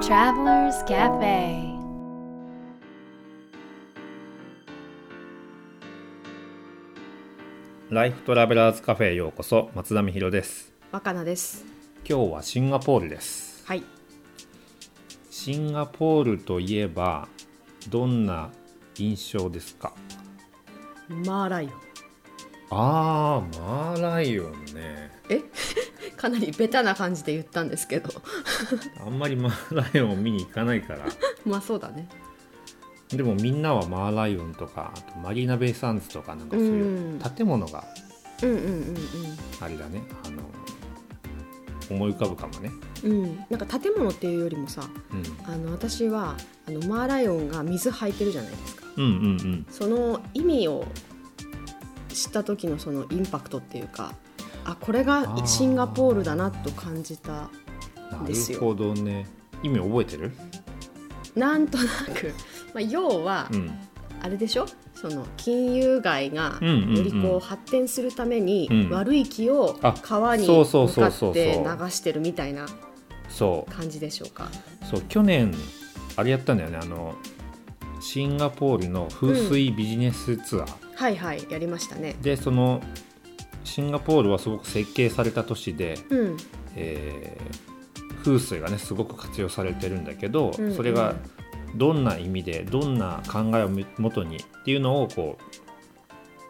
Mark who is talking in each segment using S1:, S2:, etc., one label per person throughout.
S1: Travelers Cafe
S2: ライフトラベラーズカフェへようこそ松田美弘です
S3: 若菜です
S2: 今日はシンガポールです
S3: はい
S2: シンガポールといえばどんな印象ですか
S3: マーライオン
S2: あーマーライオンね
S3: えかなりベタな感じで言ったんですけど
S2: あんまりマーライオンを見に行かない から
S3: まあそうだね
S2: でもみんなはマーライオンとかあとマリーナベイサンズとかなんかそういううん建物が
S3: うんうん
S2: あれだねあの思い浮かぶかもね、
S3: うんうんうんなんか建物っていうよりもさ
S2: うん、
S3: あの私はあのマーライオンが水吐いてるじゃないですか
S2: うんうんうん
S3: その意味を知った時のそのインパクトっていうかあこれ
S2: あー
S3: がシンガポールだなと感じた
S2: な
S3: です
S2: る
S3: よ
S2: ほどね意味覚えてる
S3: なんとなく、まあ、要は
S2: うん
S3: あれでしょその金融街が
S2: うん
S3: よ
S2: うんうん
S3: りこう発展するため
S2: う
S3: に
S2: ん
S3: 悪い気を
S2: あ
S3: 川に
S2: そう
S3: 向
S2: そうそ
S3: か
S2: うそうそう
S3: って流してるみたいな
S2: そう
S3: 感じでしょうか。
S2: そう去年あれやったんだよねあのシンガポールの風水ビジネスツアー、
S3: はいはいやりましたね。
S2: でそのシンガポールはすごく設計された都市で、
S3: うん
S2: えー風水がねすごく活用されてるんだけど、
S3: うんうん
S2: それがどんな意味でどんな考えをもとにっていうのをこ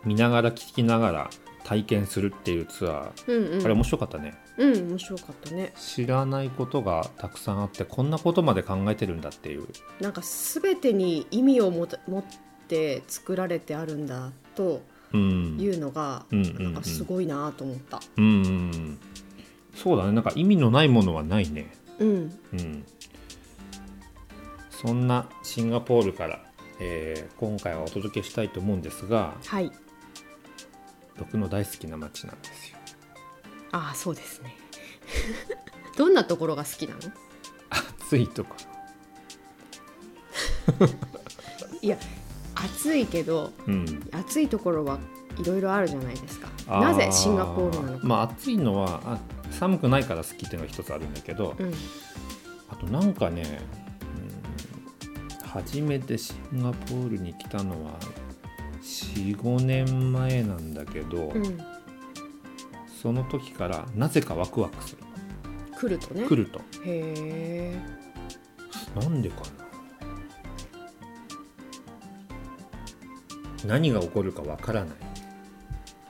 S2: う見ながら聞きながら体験するっていうツアー、
S3: うんう
S2: あれ
S3: ん
S2: 面白かったね
S3: うん面白かったね。
S2: 知らないことがたくさんあってこんなことまで考えてるんだっていう
S3: なんかすべてに意味をもた持って作られてあるんだと
S2: うん
S3: いうのが、
S2: うんうん
S3: なんかすごいなと思った。
S2: うんうんうんそうだねなんか意味のないものはないね
S3: うん
S2: うんそんなシンガポールから、えー今回はお届けしたいと思うんですが
S3: はい
S2: 僕の大好きな街なんですよ
S3: ああそうですね。 どんなところが好きなの？
S2: 暑いとこ
S3: いや暑いけど
S2: ろうん
S3: 暑いところはいろいろあるじゃないですか
S2: あー
S3: なぜシンガポールなのか、
S2: まあ暑いのはあ寒くないから好きっていうのが一つあるんだけど、
S3: うん、
S2: あとなんかね、うん、初めてシンガポールに来たのは45年前なんだけど、
S3: うん、
S2: その時からなぜかワクワクする
S3: 来るとね
S2: 来ると
S3: へえ
S2: なんでかな何が起こるかわからない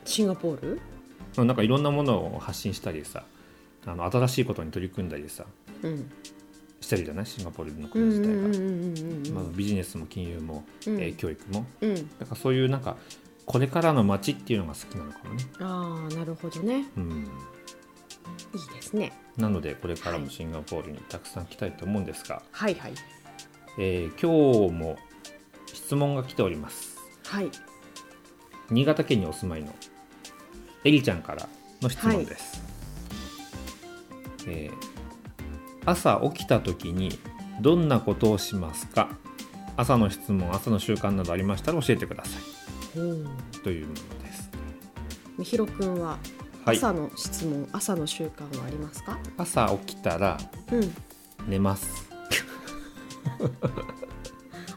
S3: シンガポール
S2: まあなんかいろんなものを発信したりさあの新しいことに取り組んだりさ
S3: うん
S2: してるじゃないシンガポールの
S3: う
S2: 国
S3: ん
S2: 自
S3: うん
S2: 体が、
S3: うんうんうん
S2: まあ、ビジネスも金融も、
S3: うん
S2: えー教育も
S3: うん
S2: だからそういうなんかこれからの街っていうのが好きなのかもね、
S3: ああなるほどね
S2: うん、
S3: いいですね
S2: なのでこれからもシンガポールにたくさん来たいと思うんですが、
S3: はいはい
S2: えー今日も質問が来ております
S3: はい
S2: 新潟県にお住まいのえりちゃんからの質問です、えー朝起きた時にどんなことをしますか朝の質問朝の習慣などありましたら教えてくださ
S3: ほう
S2: いというものです
S3: みひろくんは
S2: はい
S3: 朝の質問、朝の習慣はありますか
S2: 朝起きたら
S3: うん
S2: 寝 ます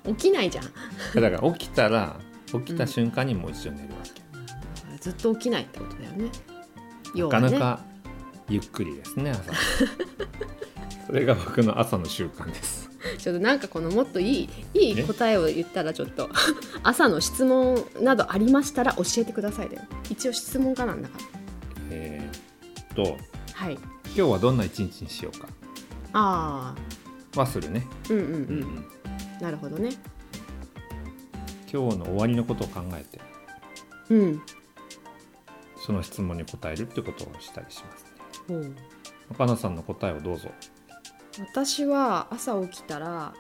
S3: 起きないじゃん
S2: だから起きたら起きた瞬間にもう一度寝るわけ、
S3: ずっと起きないってことだよね要
S2: なか
S3: は
S2: な
S3: ね
S2: かゆっくりですね 朝それが僕の朝の習慣です
S3: ちょっとなんかこのもっといいいい答えを言ったらちょっと 朝の質問などありましたら教えてくださいだよ一応質問家なんだか
S2: えーっと
S3: らはい
S2: 今日はどんな一日にしようか
S3: あ
S2: はするね、
S3: あうんうんうん、
S2: うん
S3: なるほどね
S2: 今日の終わりのことを考えて
S3: うん
S2: その質問に答えるってことをしたりしますね
S3: ほう
S2: 岡野さんの答えをどうぞ
S3: 私は朝起きたら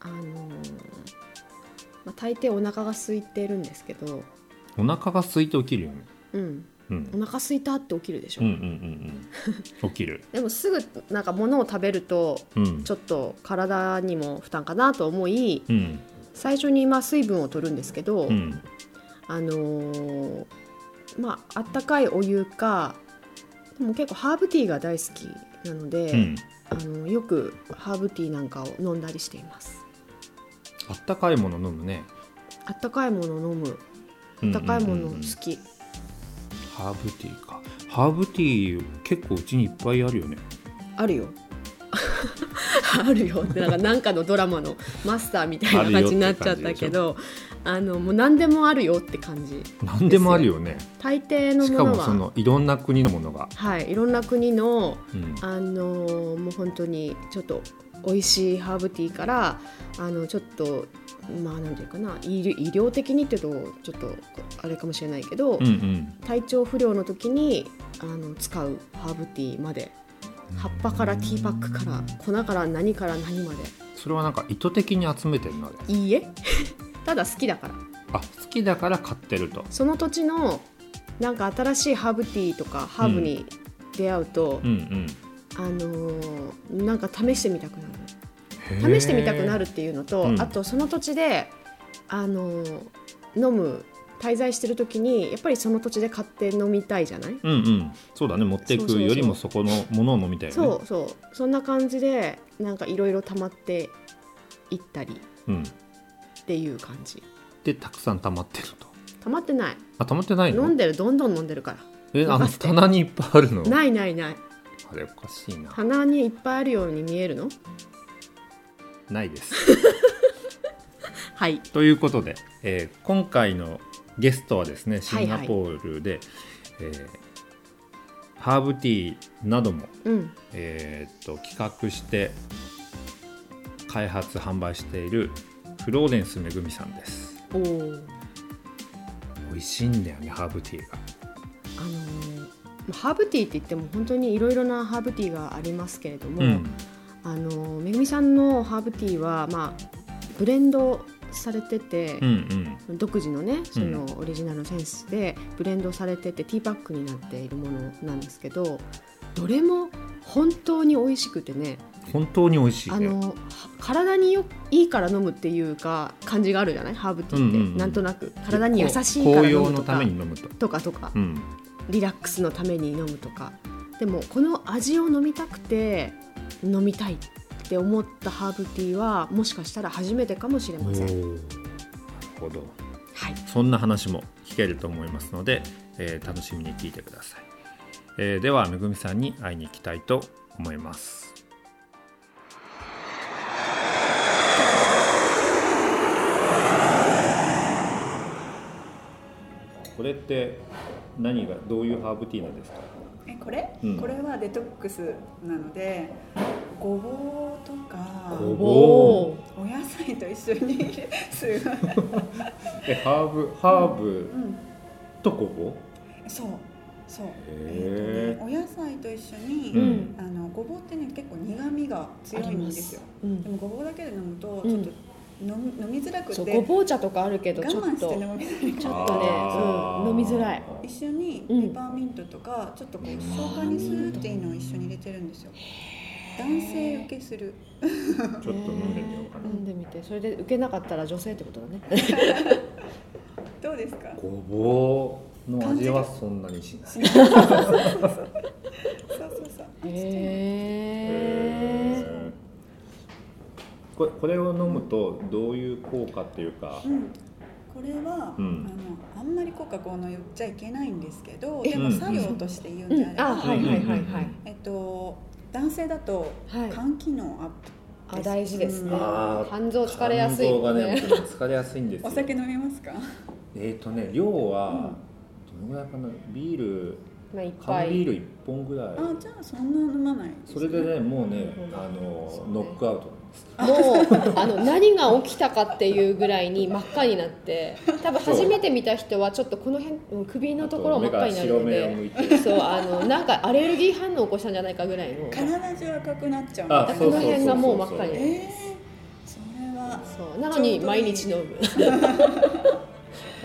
S3: あのーまあ、大抵お腹が空いてるんですけど
S2: お腹が空いて起きるよね
S3: うん
S2: うん
S3: お腹空いたって起きるでしょ、
S2: うんうんうん うん起きる
S3: でもすぐなんか物を食べると
S2: うん
S3: ちょっと体にも負担かなと思い
S2: うん
S3: 最初にまあ水分を取るんですけど、
S2: うん
S3: あのーまああったかいお湯かでも結構ハーブティーが大好きなので、
S2: うん
S3: あのよくハーブティーなんかを飲んだりしています
S2: あったかいもの飲むね
S3: あったかいもの飲む
S2: あ
S3: あったかいもの好き、
S2: ハーブティーかハーブティー結構うちにいっぱいあるよね
S3: あるよ あるよってなんかなんかのドラマのマスターみたいな
S2: ある
S3: 感
S2: よっ
S3: じ
S2: て
S3: になっちゃったけどあのもう何でもあるよって感じ
S2: 何でもあるよね
S3: 大抵の
S2: しか
S3: も
S2: も
S3: のは
S2: そのいろんな国のものが、
S3: はい、いろんな国の、
S2: うん
S3: あのーもう本当にちょっと美味しいハーブティーからあのちょっとまあなんていうかな医療医療的にっていうとちょっとあれかもしれないけど、
S2: うんうん
S3: 体調不良の時にあの使うハーブティーまで葉っぱからティーパックから粉から何から何まで
S2: それはなんか意図的に集めてるので
S3: いいえ ただ好きだから
S2: あ好きだから買ってると
S3: その土地のなんか新しいハーブティーとかハーブに出会うと、
S2: うんうん
S3: あのーなんか試してみたくなる
S2: へー
S3: 試してみたくなるっていうのと、
S2: うん
S3: あとその土地で、あのー飲む滞在してる時にやっぱりその土地で買って飲みたいじゃない、
S2: うんうんそうだね持ってい
S3: そうそう
S2: く
S3: そう
S2: よりもそこのものを飲みたいよね
S3: そうそうそんな感じでなんかいろいろ溜まっていったり
S2: うん、
S3: っていう感じ
S2: でたくさん溜まってると
S3: 溜まってない
S2: あ溜まってない
S3: 飲
S2: の
S3: んでるどんどん飲んでるから
S2: えあの
S3: 任せて
S2: 棚にいっぱいあるの
S3: ないないない
S2: あれおかしいな
S3: 鼻にいっぱいあるように見えるの
S2: ないです
S3: はい
S2: ということで、えー今回のゲストはですねシンガポールで、えーハーブティーなども、
S3: うん
S2: えーっと企画して開発販売しているフローレンスめぐみさんです
S3: おー
S2: 美味しいんだよねハーブティーが
S3: あのーまあハーブティーって言っても本当にいろいろなハーブティーがありますけれども、
S2: うん
S3: あのーめぐみさんのハーブティーは、まあ、ブレンドされてて、
S2: うんうん
S3: 独自のねそのオリジナルのセンスでブレンドされててティーパックになっているものなんですけどどれも本当に美味しくてね
S2: 本当に美味しい
S3: あ
S2: ね
S3: のは体によいいから飲むっていうか感じがあるじゃないハーブティーって、
S2: うんうんうん
S3: なんとなく体に優しい
S2: こう
S3: から
S2: 紅
S3: 飲
S2: 葉
S3: む
S2: の
S3: と
S2: た
S3: か
S2: めに飲むと、
S3: とかとか
S2: うん、
S3: リラックスのために飲むとかでもこの味を飲みたくて飲みたいって思ったハーブティーはもしかしたら初めてかもしれ
S2: お
S3: ま
S2: ー
S3: せ。
S2: なん
S3: はい、
S2: るほどそんな話も聞けると思いますので、えー楽しみに聞いてください、えーではめぐみさんに会いに行きたいと思いますこれって何がどういうハーブティーなんですか
S4: えこれ、
S2: うん
S4: これはデトックスなのでごぼうとか
S2: ごぼ
S3: おー
S4: お野菜と一緒にすごい、
S2: えハーブハーブ
S4: うん、
S2: とごぼう
S4: そうそう
S2: へー
S4: えーとね、お野菜と一緒に、
S2: うん
S4: あのごぼうってね結構苦味が強いんですよ
S3: う
S4: で
S3: ん、
S4: もごぼうだけで飲むと
S3: うん
S4: ちょっと飲み,、飲みづらくて
S3: そう
S4: 我
S3: ごぼう茶とかあるけどちょ
S4: 慢
S3: っ
S4: して
S3: と
S4: 飲みづ
S3: ち
S4: ら
S3: ょ
S4: くて
S3: っとね
S2: あー
S3: うん飲みづらい
S4: 一緒にペ
S3: うん
S4: ーパーミントとか、ちょっとこう消化にするっていうのを一緒に入れてるんですよ男性受けする
S2: ちょっと飲んでみようかな
S3: 飲んでみてそれで受けなかったら女性ってことだね
S4: どうですか
S2: ごぼうの味は そんなにしない
S4: そうそうそう。
S3: へえ
S2: これこれを飲むとどういう効果っていうか
S4: う、ん、これは、
S2: うん
S4: あのあんまり効果この言っちゃいけないんですけど、
S3: え
S4: でも作用として言うん
S3: う
S4: であれ
S3: ん、
S4: ば、
S3: あはいはいはいはい、
S4: えっと男性だと
S3: はい
S4: 肝機能アッ
S3: あ大事ですね
S4: うん
S2: あー
S3: 肝臓疲れやすい
S2: 肝臓
S3: も
S2: が
S3: ん
S2: ね
S3: ね
S2: 僕ね疲れやすいんです
S4: プ、
S2: よ
S4: お酒飲みますか？
S2: えっ、とね量は、どのぐらいかなビール
S3: まあいっぱ
S2: 缶ビー
S3: い
S2: ル一本ぐらい、
S4: あじゃあそんな飲まない、
S2: それでねもうね、
S3: うん
S2: あ
S3: そ
S2: の
S3: うね
S2: ノックアウトです
S3: もうあの何が起きたかっていうぐらいに真っ赤になって多分初めて見た人はちょっとこの辺うん首のところ真っ赤になるの
S2: あと目が白目を向
S3: で
S2: い て
S3: そうあのなんかアレルギー反応を起こしたんじゃないかぐらいの
S4: 体中赤くなっちゃうん
S2: あ
S4: だ
S3: こ
S2: そうそうそ
S3: の
S2: う
S3: 辺がもう真っ赤になる
S4: えー、それは、
S3: そうなのに毎日飲む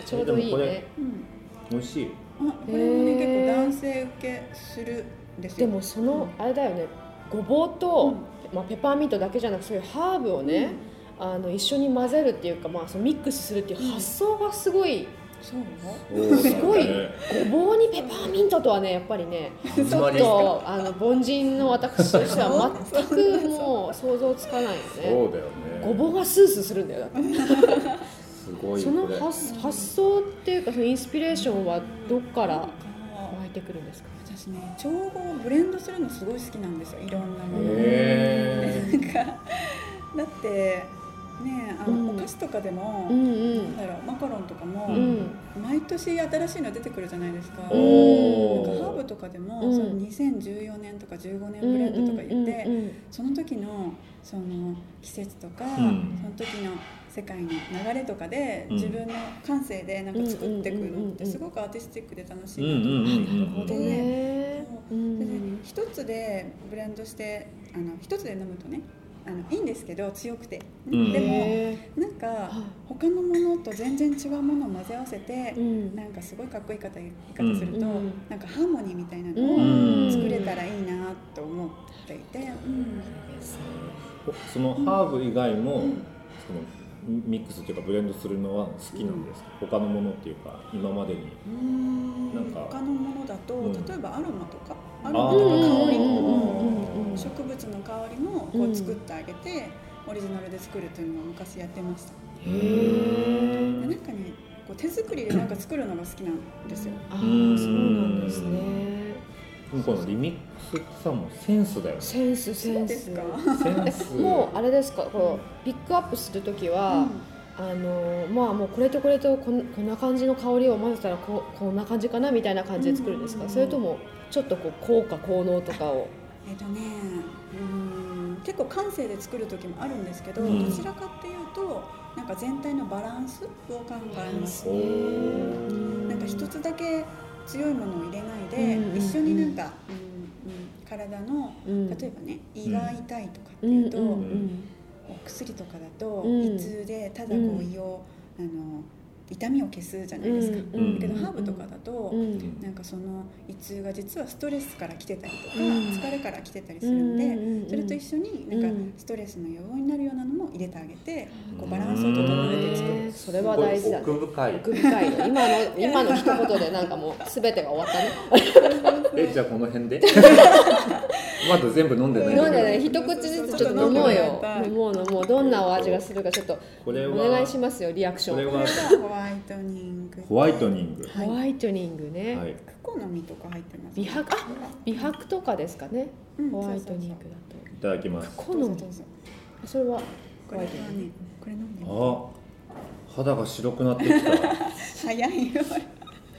S3: ちょうどいいね
S4: うん、
S2: 美味しい
S4: あこれもね
S3: へー
S4: 結構男性受けするんです
S3: で
S4: よ。
S3: もそのあれだよねごぼうと、まあ、ペパーミントだけじゃなくそういうハーブをね、あの一緒に混ぜるっていうか、まあ、そのミックスするっていう発想がすごい
S4: そう
S3: すごいごぼうにペパーミントとはねやっぱりね
S5: あ
S3: ち
S5: ん
S3: ょ
S5: ま
S3: っ
S5: り
S3: とあの凡人の私としては全くもう想像つかないよね
S5: そうだよね
S3: ごぼうがスースーするんだよだって
S5: すごい
S3: そ
S5: こ
S3: の
S5: れ
S3: 発発想っていうかそのインスピレーションはどっから湧いてくるんですか
S4: 私ね調合をブレンドするのすごい好きなんですよいろんなものを
S5: へー
S4: だってねあの、
S3: うん
S4: お菓子とかでも、
S3: うん
S4: なんだろうマカロンとかも、
S3: うんう
S5: うん
S4: 毎年新しいの出てくるじゃないですか。なんか
S5: おー
S4: ハーブとかでも、
S3: うん
S4: その2014年とか15年
S3: うん
S4: ブレンドとか言って、
S3: うんうん
S4: その時のその季節とか、
S2: ん
S4: その時の世界の流れとかで、
S2: うん
S4: 自分の感性でなんか作っていくのって
S3: うんうんうんうんうん
S4: すごくアーティスティックで楽し
S2: うん
S4: いな
S2: うん
S4: と
S2: うん
S4: 思っ
S2: う
S4: て
S2: ん
S4: ね。
S3: へーう
S4: それで
S3: ん
S4: 一つでブレンドしてあの一つで飲むとねあのいいんですけど強くて、
S2: うん
S4: でも
S3: へ
S4: なん
S3: ー
S4: か
S3: は
S4: 他のものと全然違うものを混ぜ合わせて
S3: いうん
S4: なんかすごいかっこいい方言い方すると、
S3: うん
S4: なんかハーモニーみたいな
S3: う
S4: のを
S3: ん
S4: 作れたらいいなと思っていて、うん
S2: そのハーブ以外も、
S4: ん
S2: そのミックスというかブレンドするのは好きなんですか、他のものっていうか今までになんか
S4: 他のものだと、
S2: うん
S4: 例えばアロマとかアロマ
S2: あ
S4: とか
S2: ー
S4: 香り
S3: うんうんうん
S2: うん
S4: 植物の香りもこう作ってあげて、オリジナルで作るというのを昔やってました。
S3: へ
S4: でなんかねこう手作りでなんか作るのが好きなんですよ。
S3: あーそうなんですね
S2: うんこのリミックスってさもうセンスだよね
S3: センスセ
S4: そう
S3: ン
S4: です
S3: ス
S4: か。
S2: センス
S3: えもうあれですかこうピックアップする時は、あのまあもうこれとこれとこんこんな感じの香りを混ぜたらここんな感じかなみたいな感じで作るんですか、
S4: うん
S3: それともちょっとこう効果効能とかを
S4: えっとね、うん結構感性で作る時もあるんですけど、
S2: うん
S4: どちらかっていうとなんか全体のバランスを考えます。
S2: おー
S4: なんか一つだけ強いものを入れないで、
S3: うんうん
S4: 一緒になんか、うんうん体の
S3: うん
S4: 例えばね胃が痛いとかって
S3: う
S4: い
S3: ん
S4: うと、
S3: うん
S4: お薬とかだと、
S3: うん
S4: 胃痛でただこう胃を、あの痛みを消すじゃないですか。
S3: うん
S2: うん
S4: だけどハーブとかだと、
S3: うんうん
S4: なんかその胃痛が実はストレスから来てたりとか、
S3: うん
S4: 疲れから来てたりするんで、
S3: うん
S4: それと一緒にな
S3: うんん
S4: かストレスの予防になるようなのも入れてあげて、こ
S2: う
S4: うんバランスを整えて作
S3: ね
S4: る。
S3: それは大事だ
S5: すごい奥深い
S3: 奥深いよ今の今の一言でなんかもう全てが終わったね
S5: えじゃあこの辺 でまだ全部飲んでないん
S3: 飲
S5: だ
S3: ん
S5: けど
S3: でね一口ずつちょっと飲もうよ飲もう飲もうどんなお味がするかちょっと
S2: これ
S3: お
S2: は
S3: 願いしますよリアクシ
S2: これ
S3: ョン
S4: これ
S2: は
S4: がホワイトニング。
S2: ホワイトニング
S4: は
S3: ホワイトニングね、
S2: はい
S4: クコの実とか入ってます、
S3: 美白あ美白とかですかね
S4: うん
S3: ホワイトニング
S4: そう
S3: だと
S2: いただきます
S4: そうそう
S3: 好
S4: どう
S3: み
S4: ぞどうぞ
S3: それは
S4: これはね、これ飲んでみて
S2: あ肌が白くなってきた
S4: 早いよ。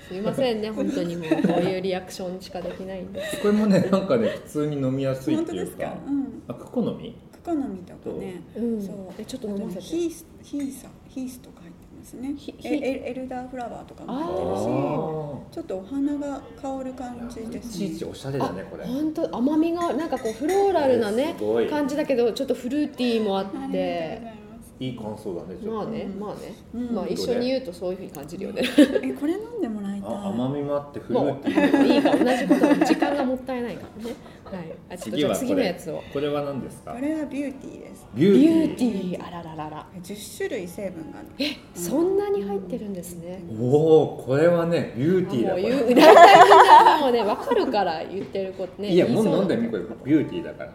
S3: すいませんね本当にもう こういうリアクションしかできないんで
S2: これもねなんかね普通に飲みやすい
S4: 本
S2: っ
S4: 当
S2: てい
S4: で
S2: う
S4: す
S2: か
S4: か。うん。
S2: あクコの実
S4: クコの実とかね。
S3: うん
S4: そう
S3: えちょっと飲ませ
S4: ヒ
S3: て
S4: ースヒーサヒースとか入ってますね
S3: ヒ。ヒ
S4: えエエルダーフラワーとかも
S2: あ
S4: 入ってるし、
S2: ー
S4: ちょっとお花が香る感じ
S5: い
S4: です
S5: ちい
S4: ね
S5: ち。おしゃれだねこれ
S3: 本当甘みがなんかこうフローラルなね
S5: すごい
S3: 感じだけどちょっとフルーティーもあっ
S4: ありがと
S3: て
S4: うございます。
S5: いい感想だねちょっと
S3: まあねまあね、
S4: うん
S3: まあ一緒に言うとそういうふうに感じるよね
S4: えこれ飲んでもらいたい。
S2: あ甘みもあってフルー
S3: もう
S2: ティー
S3: いいから同じことは時間がもったいないからねはいあちょっとじゃあ次
S2: こ
S3: の
S2: れ
S3: やつを
S2: これは何ですか
S4: これはビューティーです。
S2: ビ
S3: ビューテ
S2: ィ
S3: ィーあらららら
S4: 10種類成分がある。
S3: えそんなに入ってるんですね
S2: ーおおこれはねビュー
S3: あ
S2: ティーだ
S3: も
S2: これ
S3: う 言う大体みんなもうね分かるから言ってることね
S2: いや
S3: 言
S2: もう
S3: そう
S2: 飲んでみこれビューティーだから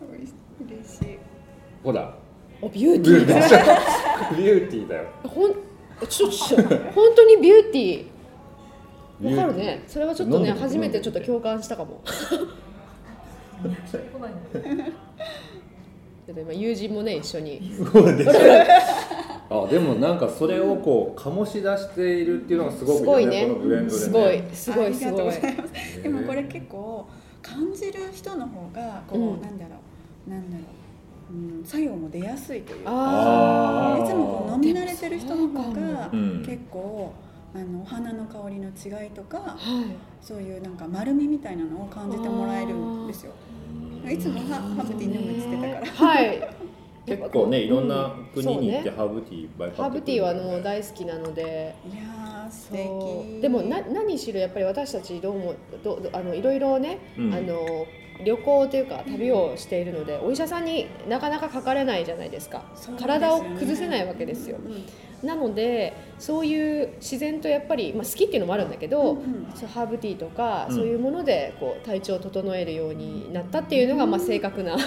S4: おいし嬉しい。
S2: ほ ら
S3: おビューテ
S2: ビュー
S3: ィー
S2: ティ
S3: だ
S2: ービューティーだよ
S3: ほんちょちょ本当にビューティーわかる
S2: ビュー
S3: ねそれはちょっとね
S2: 飲んでみて
S3: 初めてちょっと共感したか もちょっと今友人もね一緒に
S2: ティーそうでし ょあでもなんかそれをこう醸し出しているっていうのがすごく
S3: すごい
S2: よ
S3: ね
S2: このブレンドで、ね、
S3: すごいすごいす
S4: ありがとう
S3: ご
S4: ご
S3: い
S4: ざいます。でもこれ
S2: へ
S4: 結構感じる人の方がこう、
S3: うん
S4: なんだろうなんだろう、うん、作用も出やすいというか。
S3: あ
S2: ー
S4: いつもこう飲み慣れてる人の方
S3: でもそうか
S4: が
S2: もうん
S4: 結構あのお花の香りの違いとか
S3: ーはい
S4: そういうなんか丸みみたいなのを感じてもらえるんですよ。いつもハハーブティー飲むっつってたから。
S3: はい
S2: 結構ねいろんな国に行って
S3: うんそう
S2: ハー
S3: ね
S2: ブティーいっぱい買ってくる
S3: ハーブティーはもう大好きなので
S4: いやー素
S3: そ
S4: 敵。
S3: うでもな何しろやっぱり私たちどうもどどあのいろいろね、
S2: うん
S3: あの旅行というか旅をしているのでお医者さんになかなかかかれないじゃないですか体を崩せないわけですよ
S4: うんうん
S3: なのでそういう自然とやっぱり、まあ、好きっていうのもあるんだけど、
S4: うんうん
S3: そうハーブティーとか、
S2: うん
S3: そういうものでこう体調を整えるようになったっていうのが、まあ、正確な流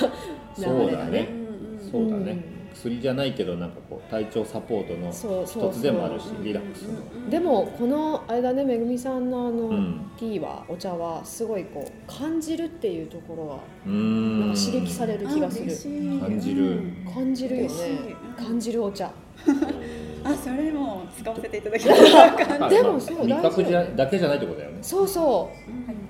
S5: そう
S3: れ
S5: だ
S3: だ
S5: ね
S3: ね。
S4: うん
S5: そうだね薬じゃないけどなんかこう体調サポートの
S3: そうそうそう
S5: 一つでもあるしリラックスの
S4: うん
S3: でもこのあれだねめぐみさんのあの、
S5: うん
S3: ティーはお茶はすごいこう感じるっていうところ
S5: う
S3: が
S5: ん
S3: なんか刺激される気がする
S4: あ嬉しい
S5: 感じる
S4: うん
S3: 感じるよね
S4: 嬉しい
S3: 感じるお茶
S4: あそれも使わせていただきました感
S5: まあ
S4: じ
S3: でもそう
S5: まあ味
S3: 大事
S5: 覚じゃだけじゃないってことだよね
S3: そうそ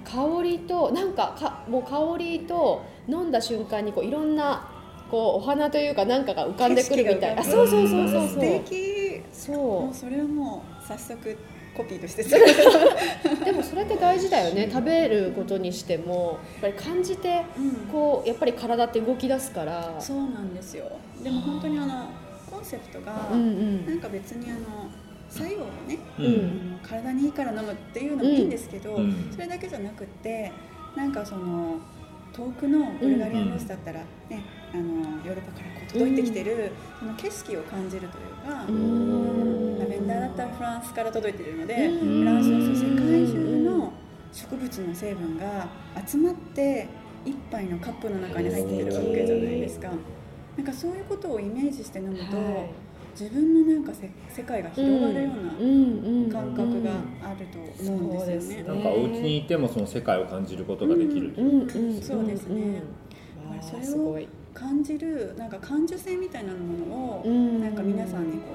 S3: う
S4: はい
S3: 香りとなんかかもう香りと飲んだ瞬間にこういろんなこうお花というかなんかが浮かんでくるみたいなあ
S4: 景
S3: そう
S5: 色が浮か
S3: そ
S5: ん
S3: う
S5: でく
S3: そ
S5: る
S3: うそう
S4: 素
S3: そうそ
S4: 敵も
S3: う
S4: それはもう早速コピーとして使ってた
S3: うでもそれって大事だよね食べることにしてもやっぱり感じて
S4: うん
S3: こうやっぱり体って動き出すから
S4: そうなんですよでも本当にあのコンセプトが、
S3: うん
S4: なんか別にあの作用をね、
S5: う
S4: あ
S3: ん
S4: の体にいいから飲むっていうのもいいんですけど、
S5: うん
S4: それだけじゃなくってなんかその遠くのブルガリアロースだったら、ねあのヨーロッパからこう届いてきてる、その景色を感じるというか、
S3: うんうん
S4: ラベンダーだったらフランスから届いてるので、
S3: うん
S4: フランスのその世界中の植物の成分が集まって一杯のカップの中に入っているわけじゃないですか。なんかそういうことをイメージして飲むと、
S3: はい
S4: 自分のなんかせ世界が広がるよう
S3: うんうん
S4: な感覚があると思うんですよね。
S3: う
S5: な
S3: ん
S5: んかお家にいてもその世界を感じることができると
S3: う
S5: いうん
S3: うん
S4: そうですね
S3: うんわあ
S4: それを
S3: すごい
S4: 感じるなんか感受性みたいなものを、
S3: うん
S4: なんか皆さんにこ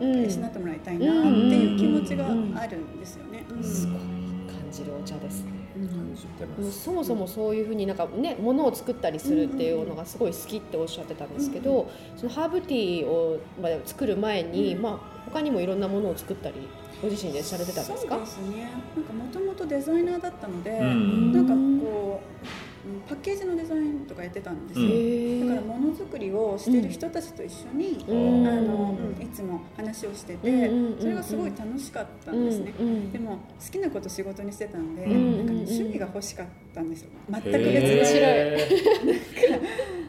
S4: う
S3: うん
S4: 養ってもらいたいなっていう気持ちがあるんですよね。うん
S3: すごい
S5: 感
S3: 感じるお茶ですね
S5: 感じてま
S3: うん
S5: す
S3: そもそもそういうふうになんかね物を作ったりするっていうのがすごい好きっておっしゃってたんですけど、そのハーブティーをまあ作る前に、
S4: うん
S3: まあ他にもいろんなものを作ったりご自身でされてたんですか
S4: そうですね。なんかもともとデザイナーだったので、
S5: うん
S4: なんかこううんパッケージのデザインとかやってたんですよ。
S5: うん
S4: だから
S3: へ
S4: ものづくりをしてる人たちと一緒に、
S3: うん
S4: あ
S5: う
S4: の
S5: ん
S4: いつも話をしてて、
S3: うんうんうんうん
S4: それがすごい楽しかった
S3: え
S4: んですね。
S3: うんうん
S4: でも好きなこと仕事にしてたんで、
S5: うん
S4: なんかね
S3: うん
S4: 趣味が欲しかったんですよ。全く別
S3: へ
S4: の、
S5: へー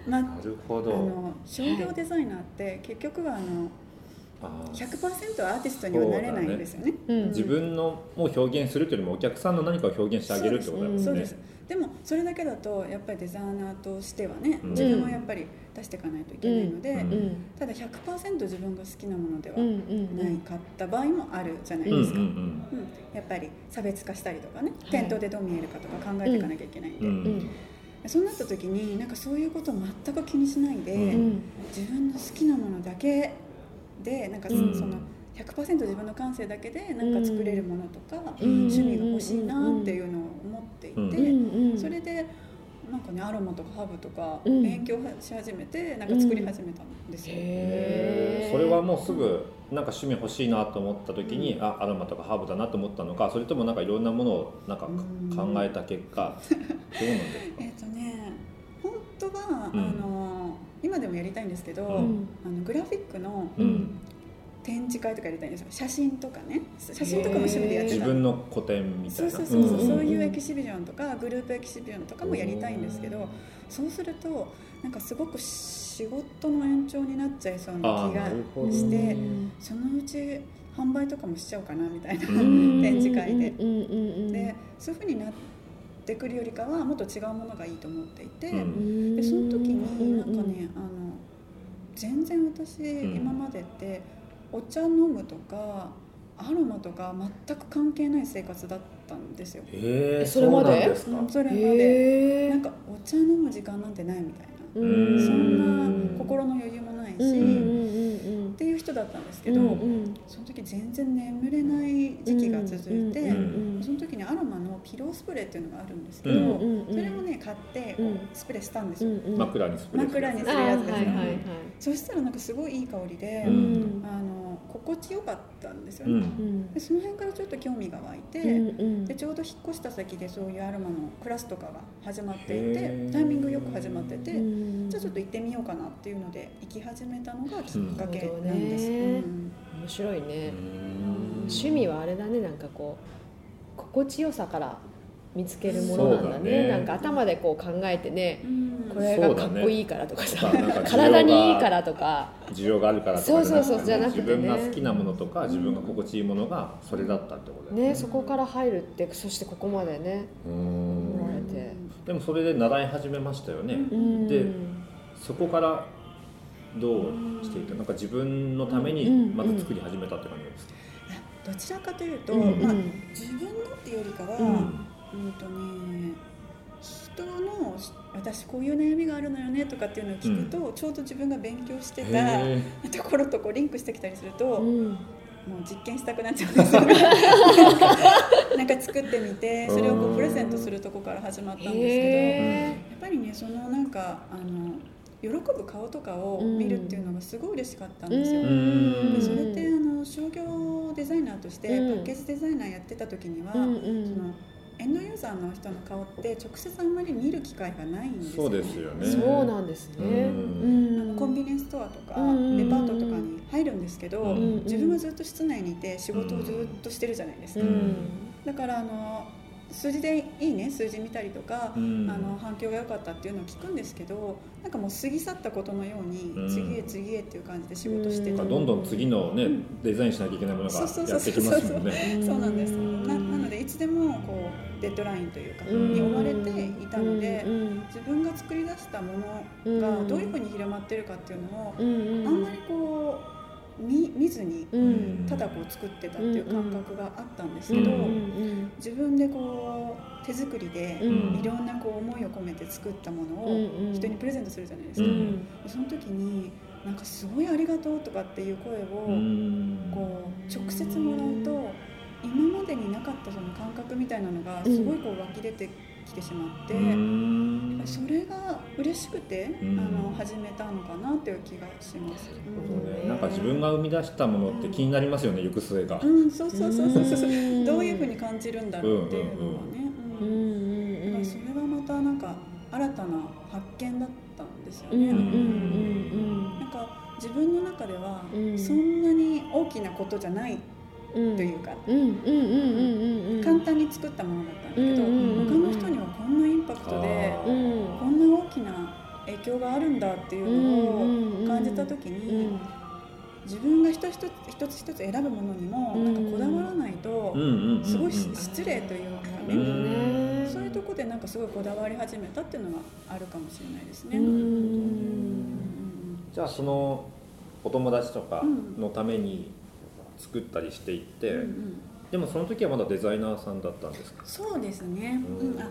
S4: まあ
S5: なるほど
S4: の商業デザイナーって結局はあの
S5: あー
S4: 100%アーティストにはなれないんですよね。
S3: うん
S5: 自分のを表現するというよりもお客さんの何かを表現してあげるってことだもんね
S4: そうですでもそれだけだとやっぱりデザイナーとしてはね、
S5: うん
S4: 自分はやっぱり出していかないといけないので、
S5: うん
S3: うん
S4: ただ100%自分が好きなものでは
S3: うんう
S4: なんいかった場合もあるじゃないうで
S5: ん
S4: すか、
S5: う
S4: うん
S5: ん
S4: やっぱり差別化したりとかね、
S3: はい
S4: 店頭でどう見えるかとか考えていかなきゃいけないんで、
S5: うん
S3: うんうん
S4: そうなった時になんかそういうことを全く気にしないで、
S5: う
S3: うん
S4: 自分の好きなものだけでなんかそ
S5: うん
S4: の100%自分の感性だけでなんか作れるものとか、
S5: うん
S4: 趣味が欲しいなっていうのを思っていて、
S5: うん
S3: うんうん
S4: それでなんかねアロマとかハーブとか
S3: うん
S4: 勉強し始めてなんか作り始めたんですよ。
S3: へー
S5: それはもうすぐなんか趣味欲しいなと思った時に、あアロマとかハーブだなと思ったのかそれともなんかいろんなものをなんか
S4: うん
S5: 考えた結果、どうなんですか
S4: えっ、とね本当は、
S5: うん
S4: あの今でもやりたいんですけど、
S5: う
S3: うん
S4: あのグラフィックの
S3: うん
S4: 展示会とかやりたいんですよ写真とかね写真とかも趣味でやって
S5: 自
S4: た
S5: 分の個展みた
S4: そ
S5: いうな
S4: そうそうそう、
S3: うん
S4: そういうエキシビジョンとかグループエキシビジョンとかもやりたいんですけどそうするとなんかすごく仕事の延長になっちゃいそうな
S5: あ
S4: 気
S5: ー
S4: が
S5: なるほど
S4: してそのうち販売とかもしちゃおうかなみたいな、
S5: うん
S4: 展示会で
S3: うんうんうんうん
S4: でそういうふうになってくるよりかはもっと違うものがいいと思っていて、
S5: うん
S3: うん
S4: でその時になん
S3: う
S4: か
S3: う
S4: ねあの全然私
S5: ん
S4: 今までってお茶飲むとかアロマとか全く関係ない生活だったんですよ。
S5: へえ
S3: それまで
S5: そうなんですか、
S4: うんそれまで
S3: へ
S4: な
S3: ー
S4: んかお茶飲む時間なんてないみたいな
S3: うん
S4: そ
S5: うん
S4: んな心の余裕もないし、
S3: うんうん
S4: っ
S3: うんうん
S4: ていう人だったんですけ
S3: うん
S4: ど、
S3: うん
S4: その時全然眠れない時期が続いて、
S3: うん
S4: その時にアロマのピロースプレーっていうのがあるんですけ
S3: う
S4: ど、
S3: んうんうんうん
S4: それをね買って
S3: うん
S4: スプレーしたんです
S3: う
S4: よ、
S3: んうん
S5: 枕にスプレーする
S4: 枕に
S3: あ
S4: するやつ
S3: ー
S4: です
S3: は
S4: ね
S3: いはいはい
S4: そしたらなんかすごいいい香りで、
S3: うん
S4: あの心地よかったんですよ
S5: う
S4: ね、
S5: ん
S3: うん
S4: でその辺からちょっと興味が湧いて、
S3: うん
S4: でちょうど引っ越した先でそういうアロマのクラスとかが始まってい
S5: へ
S4: て
S5: ー
S4: タイミングよく始まってて、
S3: うん
S4: じゃあちょっと行ってみようかなっていうので行き始めたのがきっかけなんです、
S3: うん
S4: うん
S3: 面白いね
S5: うん
S3: 趣味はあれだねなんかこう心地よさから見つけるものなん
S5: そう
S3: だね
S5: だね
S3: なんか頭でこう考えてね
S4: うん
S3: これがかっこいいからとかさ、
S5: そうだねとかなんか需要が
S3: 体にいいからとか
S5: 需要があるからとか
S3: そうそうそうじゃなくてね
S5: 自分が好きなものとか自分が心地いいものがそれだったってことだよ
S3: ねそこから入るってそしてここまでね
S5: う
S3: 思われ
S5: ん
S3: て
S5: でもそれで習い始めましたよね、
S3: うん
S5: でそこからどうしていったなんか自分のために
S3: うん
S5: また作り始めたって感じですか、
S4: どちらかというと、
S3: うん
S4: まあ、自分のっていうよりかは、
S3: うん
S4: うんとね人の私こういう悩みがあるのよねとかっていうのを聞くと、ちょうど自分が勉強してた
S5: へ
S4: ところとこうリンクしてきたりすると、
S3: う
S4: もうん実験したくなっちゃうんですよなんか作ってみてそれをこうプレゼントするとこから始まったんですけど。
S3: へ
S4: やっぱりねそのなんかあの喜ぶ顔とかを見るっていうのがすごい嬉しかったん
S3: ー
S4: ですよ。
S5: うん
S4: でそれってあの商業デザイナーとしてパ
S3: うん
S4: ッケージデザイナーやってた時には、
S3: うん
S4: そのエンドユーザーの人の顔って直接あんまり見る機会がないんです
S5: そ
S4: よ
S5: う
S4: ね。
S5: ですよ
S3: う
S5: ね
S3: んそうなんですね
S5: うん
S4: あのコンビニエンスストアとかデパ
S3: うん
S4: ートとかに入るんですけど、
S5: うん
S4: 自分はずっと室内にいて仕事をずっとしてるじゃないですか、
S3: うん
S4: だからあの数字でいいね数字見たりとか、
S5: うん
S4: あの反響が良かったっていうのを聞くんですけどなんかもう過ぎ去ったことのように、
S5: うん
S4: 次へ次へっていう感じで仕事して
S3: う
S5: な
S4: た、
S5: んかどんどん次のね、
S4: うん
S5: デザインしなきゃいけないものが
S4: そうそうそう
S5: やってきますもんね
S4: そうなんですななの
S3: で
S4: でいつでもこうデッドラインというか、
S5: うん
S4: に追われていたので、
S3: うん
S4: 自分が作り出したものがどういうふうに広まってるかっていうのを、
S3: うん
S4: あんまりこう見見ずに、
S3: うん
S4: ただこう作ってたっていう感覚があったんですけ
S3: うん
S4: ど、
S3: う
S5: うん
S4: 自分でこう手作りで、
S3: うん
S5: うん
S4: いろんなこう思いを込めて作ったもの
S3: う
S4: を
S3: ん
S4: 人にプレゼントするじゃないです
S3: う
S4: か、
S3: ん
S4: その時になんかすごいありがとうとかっていう声
S5: う
S4: を
S5: ん
S4: こう直接もらうと今までになかったその感覚みたいなのがすごいこう湧き出てきてしまって、
S5: うん
S4: それが嬉しくて、
S5: うん
S4: あの始めたのかなっていう気がします。
S5: そうねなんか自分が生み出したものって気になりますよね行く末が
S4: う、ん、そうそうそうそうそ
S3: う
S4: う
S3: ん
S4: どういうふうに感じるんだろうっていうのはね、
S3: うん
S4: うん
S3: うんう
S4: まあ
S3: ん
S4: それはまたなんか新たな発見だったんですよ
S3: うん
S4: ね、
S3: うんうん
S4: なんか自分の中では
S3: うん
S4: そんなに大きなことじゃない
S3: うん
S4: というか、
S3: うんうんうんうんうんうん
S4: 簡単に作ったものだったんだけど、
S3: うん
S5: うんうん
S4: 他の人にはこんなインパクトで
S5: あ
S3: うん
S4: こんな大きな影響があるんだっていうのを感じた時に、自分が一つ一つ一つ一つ選ぶものにも
S3: うん
S4: なんかこだわらないと
S5: うんうんうん
S4: すごいし
S5: うん
S4: 失礼というか
S3: う
S4: ね、
S5: ん
S3: ん
S4: そういうとこでなんかすごいこだわり始めたっていうのはあるかもしれないですね。
S3: う
S4: うんん
S5: じゃあそのお友達とか
S4: うん
S5: のために作ったりしていって、
S4: うんうんうん
S5: でもその時はまだデザイナーさんだったんですか、
S4: そうですね、
S5: う
S4: うんん、あ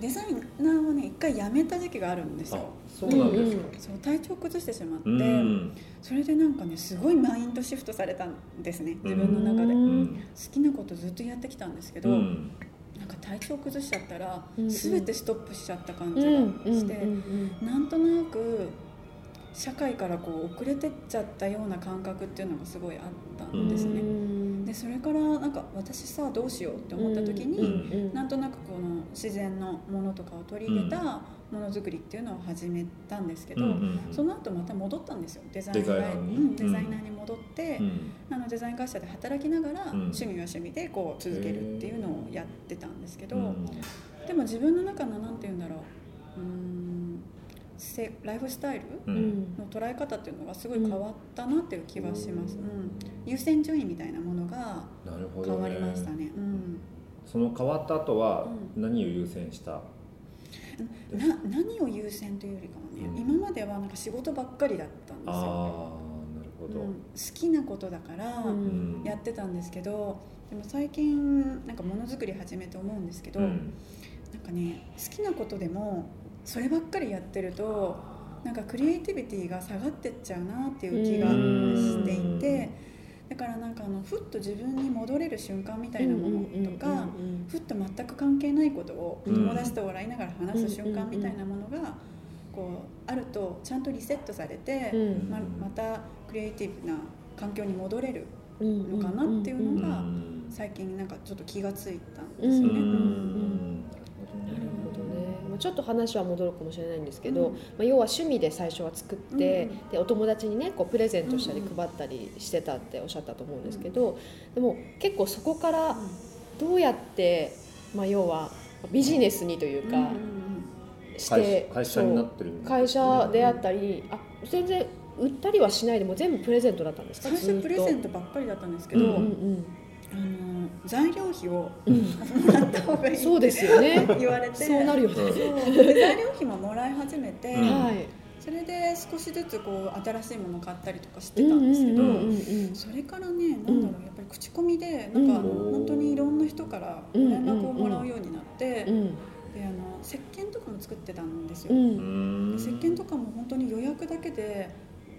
S4: デザイナーをね一回辞めた時期があるんです
S5: あ
S4: よ
S5: そうなんですか、
S4: そう体調を崩してしまって、
S5: うん
S4: それでなんかねすごいマインドシフトされたんですね自分の中で、
S3: う
S4: 好
S3: ん
S4: きなことずっとやってきたんですけど、
S5: うん
S4: なんか体調崩しちゃったら、
S3: うん
S4: 全てストップしちゃった感
S3: う
S4: じ
S3: んう
S4: が
S3: ん
S4: して、なんとなく社会からこう遅れてっちゃったような感覚っていうのがすごいあったんですね、
S3: うん
S4: でそれからなんか私さどうしようって思った時に、
S5: うん
S4: なんとなくこの自然のものとかを取り入れたものづくりっていうのを始めたんですけ
S5: う
S4: ど、
S5: んうん
S4: その後また戻ったんですよデザイン
S5: デ
S4: が
S5: ザイナーに
S4: うんデザイナーに戻って
S5: う、ん
S4: あのデザイン会社で働きながら、
S5: ん
S4: 趣味は趣味でこう続けるっていうのをやってたんですけど、
S5: うん
S4: でも自分の中のなんて言うんだろううーんせライフスタイル
S5: う
S3: うんん
S4: の捉え方っていうのがすごい変わったなっていう気はします、うん優先順位みたいなものが
S5: なるほど、ね、
S4: 変わりましたね、うん
S5: その変わった後は何を優先した、
S4: な何を優先というよりかはね、
S5: うん
S4: 今まではなんか仕事ばっかりだったんですよ、
S5: ああなるほど、
S4: うん好きなことだから
S3: うん
S4: やってたんですけど、でも最近なんかものづくり始めて思うんですけど、
S5: うん
S4: なんかね好きなことでもそればっかりやってるとなんかクリエイティビティが下がってっちゃうなっていう気がしていて、だからなんかあのふっと自分に戻れる瞬間みたいなものとか、ふっと全く関係ないことを
S5: うん
S4: 友達と笑いながら話す瞬間みたいなものがこうあるとちゃんとリセットされて、
S5: ん
S4: ままたクリエイティブな環境に戻れる
S3: の
S4: のかなっていうの
S5: う
S4: が
S5: ん
S4: 最近なんかちょっと気がついたんですよね。
S5: う
S4: うん
S5: んなるほどね
S3: ねまあちょっと話は戻るかもしれないんですけど、まあ、要は趣味で最初は作って、
S4: うんう
S3: でお友達にねこうプレゼントしたり
S4: うんうん
S3: 配ったりしてたっておっしゃったと思うんですけど、でも結構そこからどうやって、まあ、要はビジネスにというか、し
S5: 会社
S3: て
S5: 会社になってるん
S3: そう
S5: だ
S3: 会社であったりあ全然売ったりはしないでもう全部プレゼントだったんですか
S4: 最
S3: ず
S4: 初
S3: ーっ
S4: プレゼン
S3: と
S4: トばっかりだったんですけど、
S5: う
S3: うん
S4: あの材料費をも
S3: うんう ん
S4: らった方がいい
S3: そうですよね
S4: って言われて
S3: そうなるよね、
S5: うん
S4: そうで材料費ももらい始めて、
S5: うん
S3: はい
S4: それで少しずつこう新しいもの買ったりとかし
S3: う
S4: て
S3: ん
S4: た
S3: うん
S4: んですけ
S3: うん
S4: ど、
S3: うん
S4: それからねなんだろうやっぱり口コミでなんか
S5: うん
S4: 本当にいろんな人から
S3: うんうん
S4: 連絡をもらうようになって、
S3: うん
S4: であの石鹸とかも作ってたんですよ、
S3: う
S5: うんん
S4: 石鹸とかも本当に予約だけで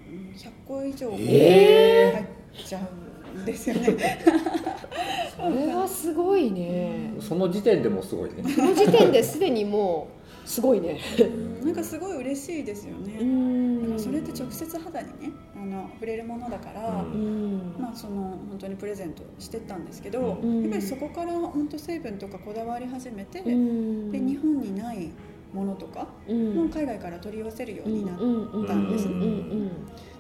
S4: うん100個以上
S3: え
S4: 入っちゃうんですよ ね。
S3: これはすごいね
S5: その時点でもうすごいね
S3: この時点ですでにもうすごいね
S4: うんなんかすごい嬉しいですよ
S3: う
S4: ね。だか
S3: ん
S4: らそれって直接肌にねあの触れるものだから、
S5: うん
S3: うん
S4: まあその本当にプレゼントしてったんですけど、
S3: ん
S4: やっぱりそこから本当成分とかこだわり始めて、
S3: うん
S4: で日本にないものとか
S3: うん
S4: もう海外から取り寄せるようになって、
S3: た
S5: んですね
S3: うんうん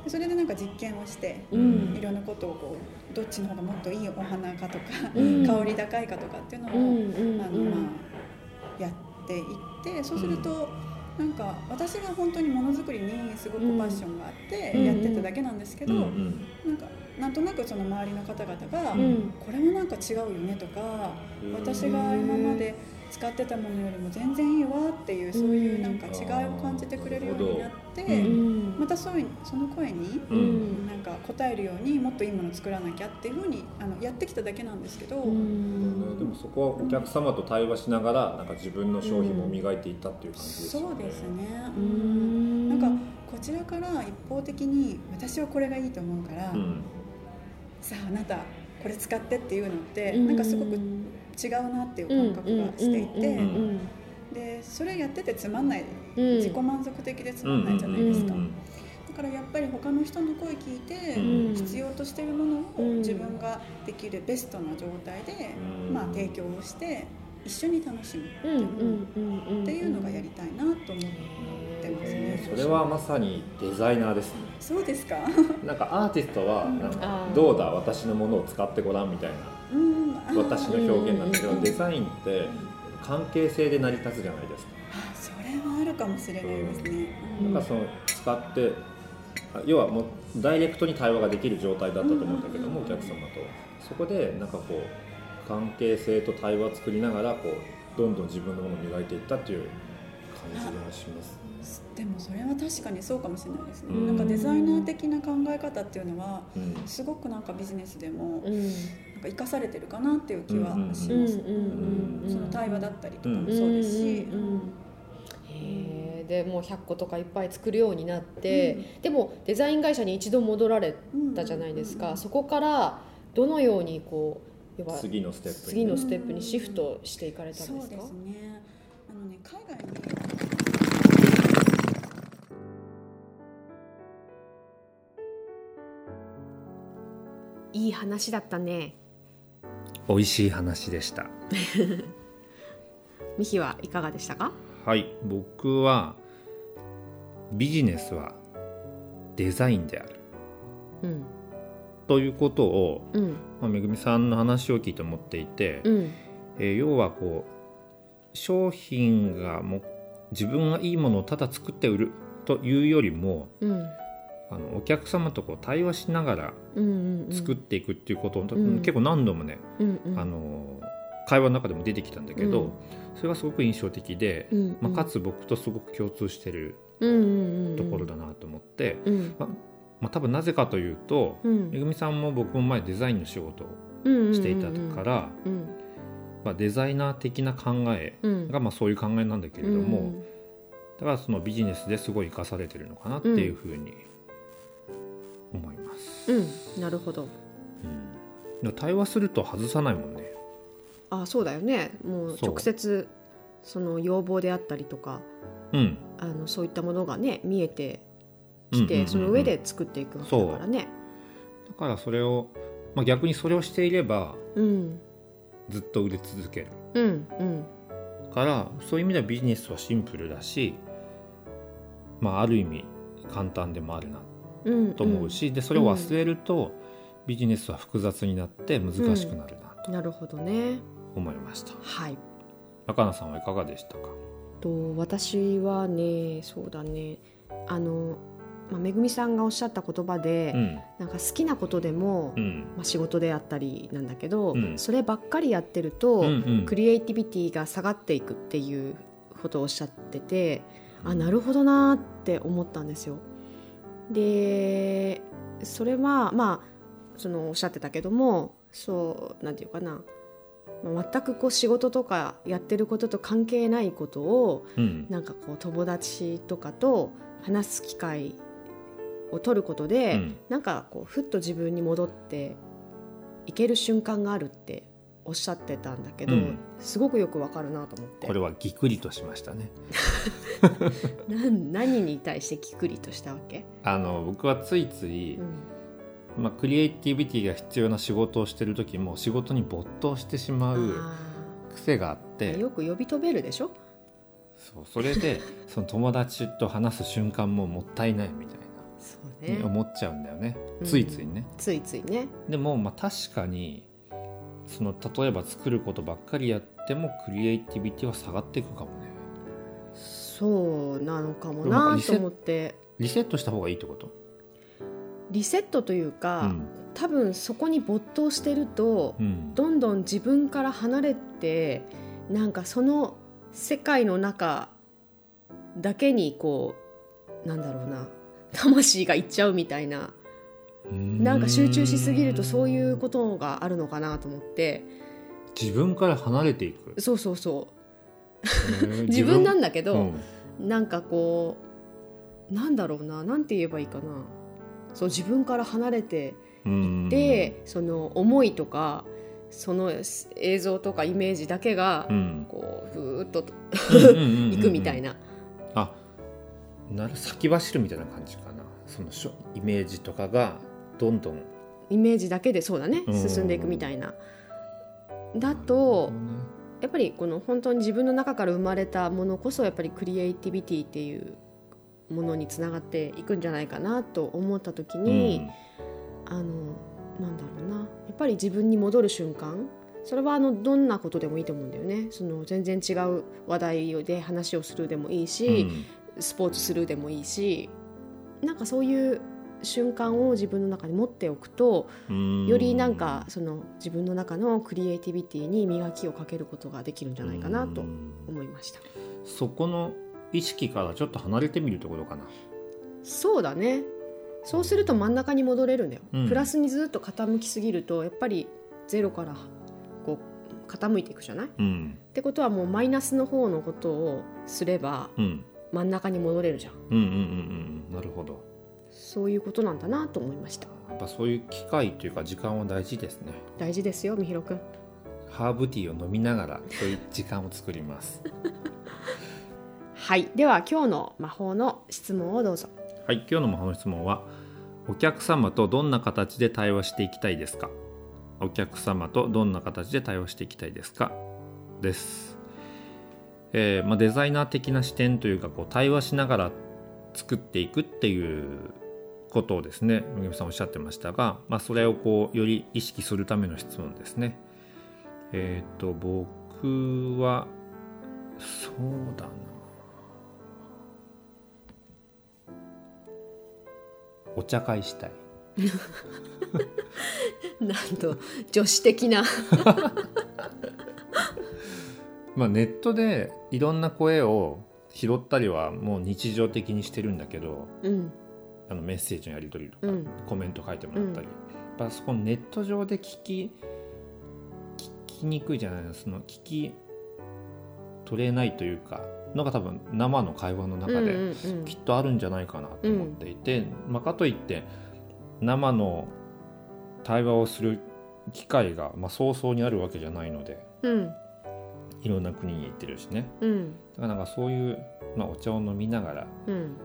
S4: それでなんか実験をして。
S3: うんうん
S4: いろんなことをこうどっちの方がもっといいお花かとか、
S3: うん
S4: 香り高いかとかっていうのを、
S3: うんうん
S4: あのまあ、やっていってそうすると、なんか私が本当にものづくりにすごくパッションがあって
S3: うん
S4: やってただけなんですけ
S5: う
S4: ど、
S5: んうん
S4: なんかなんとなくその周りの方々が、
S3: うんうん
S4: これもなんか違うよねとか、私が今まで使ってたものよりも全然いいわっていうそういうなんか違いを感じてくれるようになって、
S5: うん
S3: う
S5: うん
S4: またそういうその声に
S5: う
S3: うんん
S4: なんか答えるようにもっといいもの作らなきゃっていうふうにあのやってきただけなんですけど、
S5: うんでもそこはお客様と対話しながらなんか自分の商品も磨いていったっていう感じですよ
S4: そうですね、
S3: う
S4: うん
S3: ん
S4: なんかこちらから一方的に私はこれがいいと思うから、
S5: うん
S4: さああなたこれ使ってっていうのって、
S3: う
S4: なんかすごく
S3: ん
S4: 違うなっていう感覚がしていて、
S3: うんうんうん
S4: でそれやっててつまんない、
S3: うん
S4: 自己満足的でつ
S5: う
S4: まん
S5: ん
S4: ないじゃないですか、
S5: うんうん
S4: だからやっぱり他の人の声聞いて、
S5: うん
S4: 必要としてるもの
S3: う
S4: を
S3: ん
S4: 自分ができるベストな状態で、
S5: うん
S4: まあ、提供をして一緒に楽しむ
S3: うんうんうんうん
S4: っていうのがやりたいなと思ってますね。
S5: それはまさにデザイナーですね
S4: そうで すか。
S5: なんかアーティストはなん
S3: あ
S5: か
S3: ー
S5: どうだ私のものを使ってごらんみたいな
S4: うん、あー
S5: 私の表現なんだけ
S3: う
S5: ど
S3: ん
S5: デザインって関係性で成り立つじゃないですか
S4: あそれはあるかもしれないですね。
S5: なんかその使ってあ要はもうダイレクトに対話ができる状態だったと思うんだけどもお
S4: うんうんうん
S5: 客様とそこでなんかこう関係性と対話を作りながらこうどんどん自分のものを磨いていったっていう感じがします
S4: でもそれは確かにそうかもしれないですね。
S5: うん
S4: なんかデザイナー的な考え方っていうのは
S5: うん
S4: すごくなんかビジネスでも
S3: うん
S4: なんか生かされてるかなっていう気はし
S3: う
S4: ま
S3: ん
S4: す。
S3: うんうん
S4: その対話だったりとかもそうですし、
S3: うんうんうんへえでもう100個とかいっぱい作るようになって、でもデザイン会社に一度戻られたじゃないですか、
S4: うん
S3: そこからどのようにこう要は
S5: 次のステップに
S3: 次のステップにシフトしていかれたん
S4: そう
S3: で
S4: ですす
S3: か
S4: ね。あのね海外に
S3: いい話だったね
S2: 美味しい話でした
S3: ミヒはいかがでしたか
S2: はい僕はビジネスはデザインである
S3: うん
S2: ということを、
S3: うん
S2: まあ、めぐみさんの話を聞いて思っていて、
S3: うん
S2: えー要はこう商品がも自分がいいものをただ作って売るというよりも
S3: うん
S2: あのお客様とこう対話しながら
S3: うんうん
S2: 作っていくっていうことを、
S3: ん
S2: 結構何度もね、
S3: うんうん
S2: あの会話の中でも出てきたんだけど、
S3: うん
S2: それがすごく印象的で、
S3: うんうん
S2: まあ、かつ僕とすごく共通してる
S3: うんうんうん
S2: ところだなと思って、
S3: うん
S2: まあ、多分なぜかというと、
S3: うん
S2: めぐみさんも僕も前デザインの仕事を
S3: うん
S2: していたから、
S3: うん
S2: まあ、デザイナー的な考え
S3: うん
S2: がまあそういう考えなんだけれども、
S3: うん
S2: だからそのビジネスですごい生かされてるのかなっていうふうに思います、
S3: うん、なるほど
S2: うん対話すると外さないもんね
S3: あそうだよねもう
S2: そう
S3: 直接その要望であったりとか
S2: うん
S3: あのそういったものがね見えて
S2: うんう
S3: き
S2: んうんう
S3: て
S2: ん
S3: その上で作っていくわけだからね
S2: だからそれを、まあ、逆にそれをしていれば
S3: うん
S2: ずっと売れ続ける
S3: うんうん
S2: からそういう意味ではビジネスはシンプルだし、まあ、ある意味簡単でもあるな
S3: うん
S2: と思うし、でそれを忘れるとビジネスは複雑になって難しくなるなと
S3: うんなるほどね
S2: 思いました、
S3: はい
S2: 中野さんはいかがでしたか
S3: と私はねそうだねあの、まあ、めぐみさんがおっしゃった言葉で、
S2: うん
S3: なんか好きなことでも、
S2: うん
S3: まあ、仕事であったりなんだけど、
S2: うん
S3: そればっかりやってると、
S2: うんうん
S3: クリエイティビティが下がっていくっていうことをおっしゃっててあなるほどなーって思ったんですよ。でそれはまあそのおっしゃってたけどもそうなんていうかなまあ全くこう仕事とかやってることと関係ないことを
S2: うん
S3: なんかこう友達とかと話す機会を取ることで、
S2: うん
S3: なんかこうふっと自分に戻っていける瞬間があるっておっしゃってたんだけど、
S2: うん
S3: すごくよくわかるなと思って
S2: これはぎくりとしましたね
S3: な何に対してきっくりとしたわけ、
S2: あの僕はついつい、
S3: うん
S2: まあ、クリエイティビティが必要な仕事をしてる時も仕事に没頭してしまう
S3: あ
S2: 癖があって
S3: ーよく呼び飛べるでしょ
S2: そうそれ でその友達と話す瞬間ももったいないみたい
S3: そう
S2: な、
S3: ね
S2: に思っちゃうんだよね、
S3: うん
S2: ついついね。
S3: ついついね
S2: でもまあ確かにその例えば作ることばっかりやってもクリエイティビティは下がっていくかもね。
S3: そうなのかも
S2: でもなんか
S3: な
S2: リセ
S3: と思って
S2: リセットした方がいいってこと、
S3: リセットという
S2: う
S3: か、
S2: ん
S3: 多分そこに没頭してると、
S2: うん、
S3: どんどん自分から離れてなんかその世界の中だけにこうなんだろうな魂がいっちゃうみたいななんか集中しすぎるとそういうことがあるのかなと思って
S2: 自分から離れていく
S3: そうそうそう自分なんだけ
S2: う
S3: ど、
S2: ん
S3: なんかこうなんだろうななんて言えばいいかなそう自分から離れて
S2: うん
S3: でその思いとかその映像とかイメージだけが
S2: うん
S3: こうふーっと
S2: 行
S3: 行くみたいな、
S2: あなる先走るみたいな感じかなそのしょイメージとかがどんどん
S3: イメージだけでそうだね
S2: うん
S3: 進んでいくみたいな。だとやっぱりこの本当に自分の中から生まれたものこそやっぱりクリエイティビティっていうものにつながっていくんじゃないかなと思った時に、あのなんだろうなやっぱり自分に戻る瞬間それはあのどんなことでもいいと思うんだよねその全然違う話題で話をするでもいいし、
S2: うんうん
S3: スポーツするでもいいしなんかそういう瞬間を自分の中に持っておくと
S2: うん
S3: よりなんかその自分の中のクリエイティビティに磨きをかけることができるんじゃないかな
S2: う
S3: と
S2: ん
S3: 思いました
S2: そこの意識からちょっと離れてみるってことかな
S3: そうだねそうすると真ん中に戻れるんだよ、
S2: うん
S3: プラスにずっと傾きすぎるとやっぱりゼロからこう傾いていくじゃないっ
S2: うん
S3: てことはもうマイナスの方のことをすれば
S2: うん
S3: 真ん中に戻れるじゃん
S2: うんうんうんうんなるほど
S3: そういうことなんだなと思いました
S2: やっぱそういう機会というか時間は大事ですね
S3: 大事ですよみひろくん
S2: ハーブティーを飲みながらそういう時間を作ります
S3: はい、では今日の魔法の質問をどうぞ。
S2: はい今日の魔法の質問はお客様とどんな形で対話していきたいですかお客様とどんな形で対話していきたいですかです、えーまあ、デザイナー的な視点というかこう対話しながら作っていくっていうことをですね麦さんおっしゃってましたが、まあ、それをこうより意識するための質問ですねえっ、と僕はそうだなお茶会したい
S3: なんと女子的な。
S2: まあ、ネットでいろんな声を拾ったりはもう日常的にしてるんだけど
S3: うん、
S2: あのメッセージのやり取りとか、
S3: うん
S2: コメント書いてもらったり、やっぱそこネット上で聞き聞きにくいじゃないですかその聞き取れないというかのが多分生の会話の中
S3: う
S2: で
S3: んうんうん
S2: きっとあるんじゃないかなと思っていて、まあ、かといって生の対話をする機会が、まあ、早々にあるわけじゃないので
S3: うん
S2: いろんな国に行ってるしね。
S3: うん
S2: だからなんかそういう、まあ、お茶を飲みながら
S3: うん。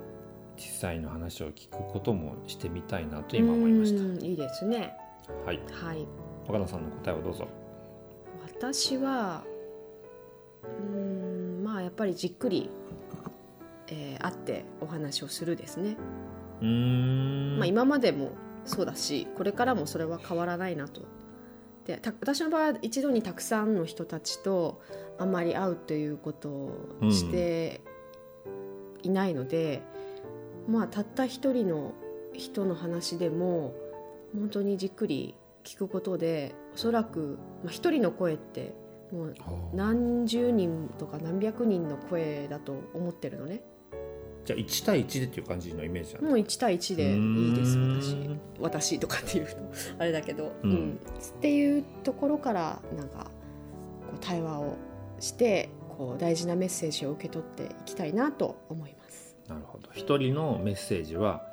S2: 実際の話を聞くこともしてみたいなと今思いました
S3: うんいいですね。
S2: はい
S3: はい。
S2: 若菜さんの答えをどうぞ
S3: 私はうーんまあやっぱりじっくり、えー会ってお話をするですね。
S2: うーん
S3: まあ今までもそうだし、これからもそれは変わらないなとでた私の場合は一度にたくさんの人たちとあまり会うということをしていないので、まあたった一人の人の話でも本当にじっくり聞くことでおそらくまあ、一人の声ってもう何十人とか何百人の声だと思ってるのね
S2: じゃあ1対1でっていう感じのイメージなんだ
S3: もう1対1でいいです
S2: う
S3: 私
S2: ーん
S3: 私とかっていうとあれだけど、
S2: うん
S3: っていうところからなんかこう対話をしてこう大事なメッセージを受け取っていきたいなと思います。
S2: なるほど一人のメッセージは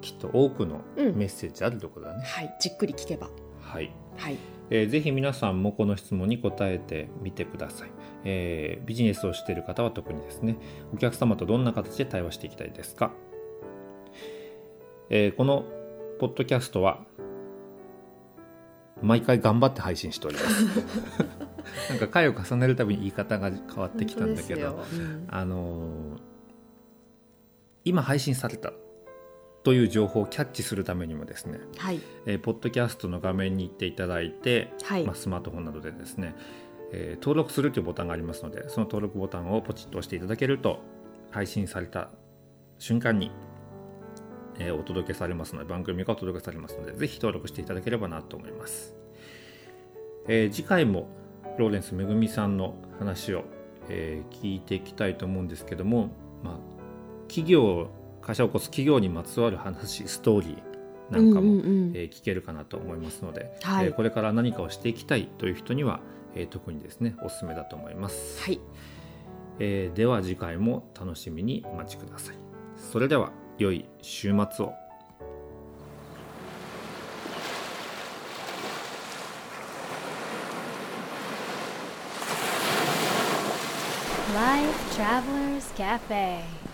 S2: きっと多くの
S3: うん
S2: メッセージあるところだね、
S3: はい、じっくり聞けば、
S2: はい
S3: はい、
S2: えーぜひ皆さんもこの質問に答えてみてください、えービジネスをしている方は特にですねお客様とどんな形で対話していきたいですか、えーこのポッドキャストは毎回頑張って配信しております なんか回を重ねるたびに言い方が変わってきたんだけど
S3: 本当ですようん
S2: あのー今配信されたという情報をキャッチするためにもですね
S3: はい、
S2: えーポッドキャストの画面に行っていただいて、
S3: はい
S2: まあ、スマートフォンなどでですね、えー登録するというボタンがありますのでその登録ボタンをポチッと押していただけると配信された瞬間に、えーお届けされますので番組がお届けされますのでぜひ登録していただければなと思います、えー次回もローレンスめぐみさんの話を、えー聞いていきたいと思うんですけども、まあ、企業会社を起こす企業にまつわる話ストーリーなんかも、
S3: うんうんうん
S2: えー聞けるかなと思いますので、
S3: はい
S2: えーこれから何かをしていきたいという人には、えー特にですねおすすめだと思います、
S3: はい、
S2: えーでは次回も楽しみにお待ちくださいそれでは良い週末を
S1: Life Travelers Cafe.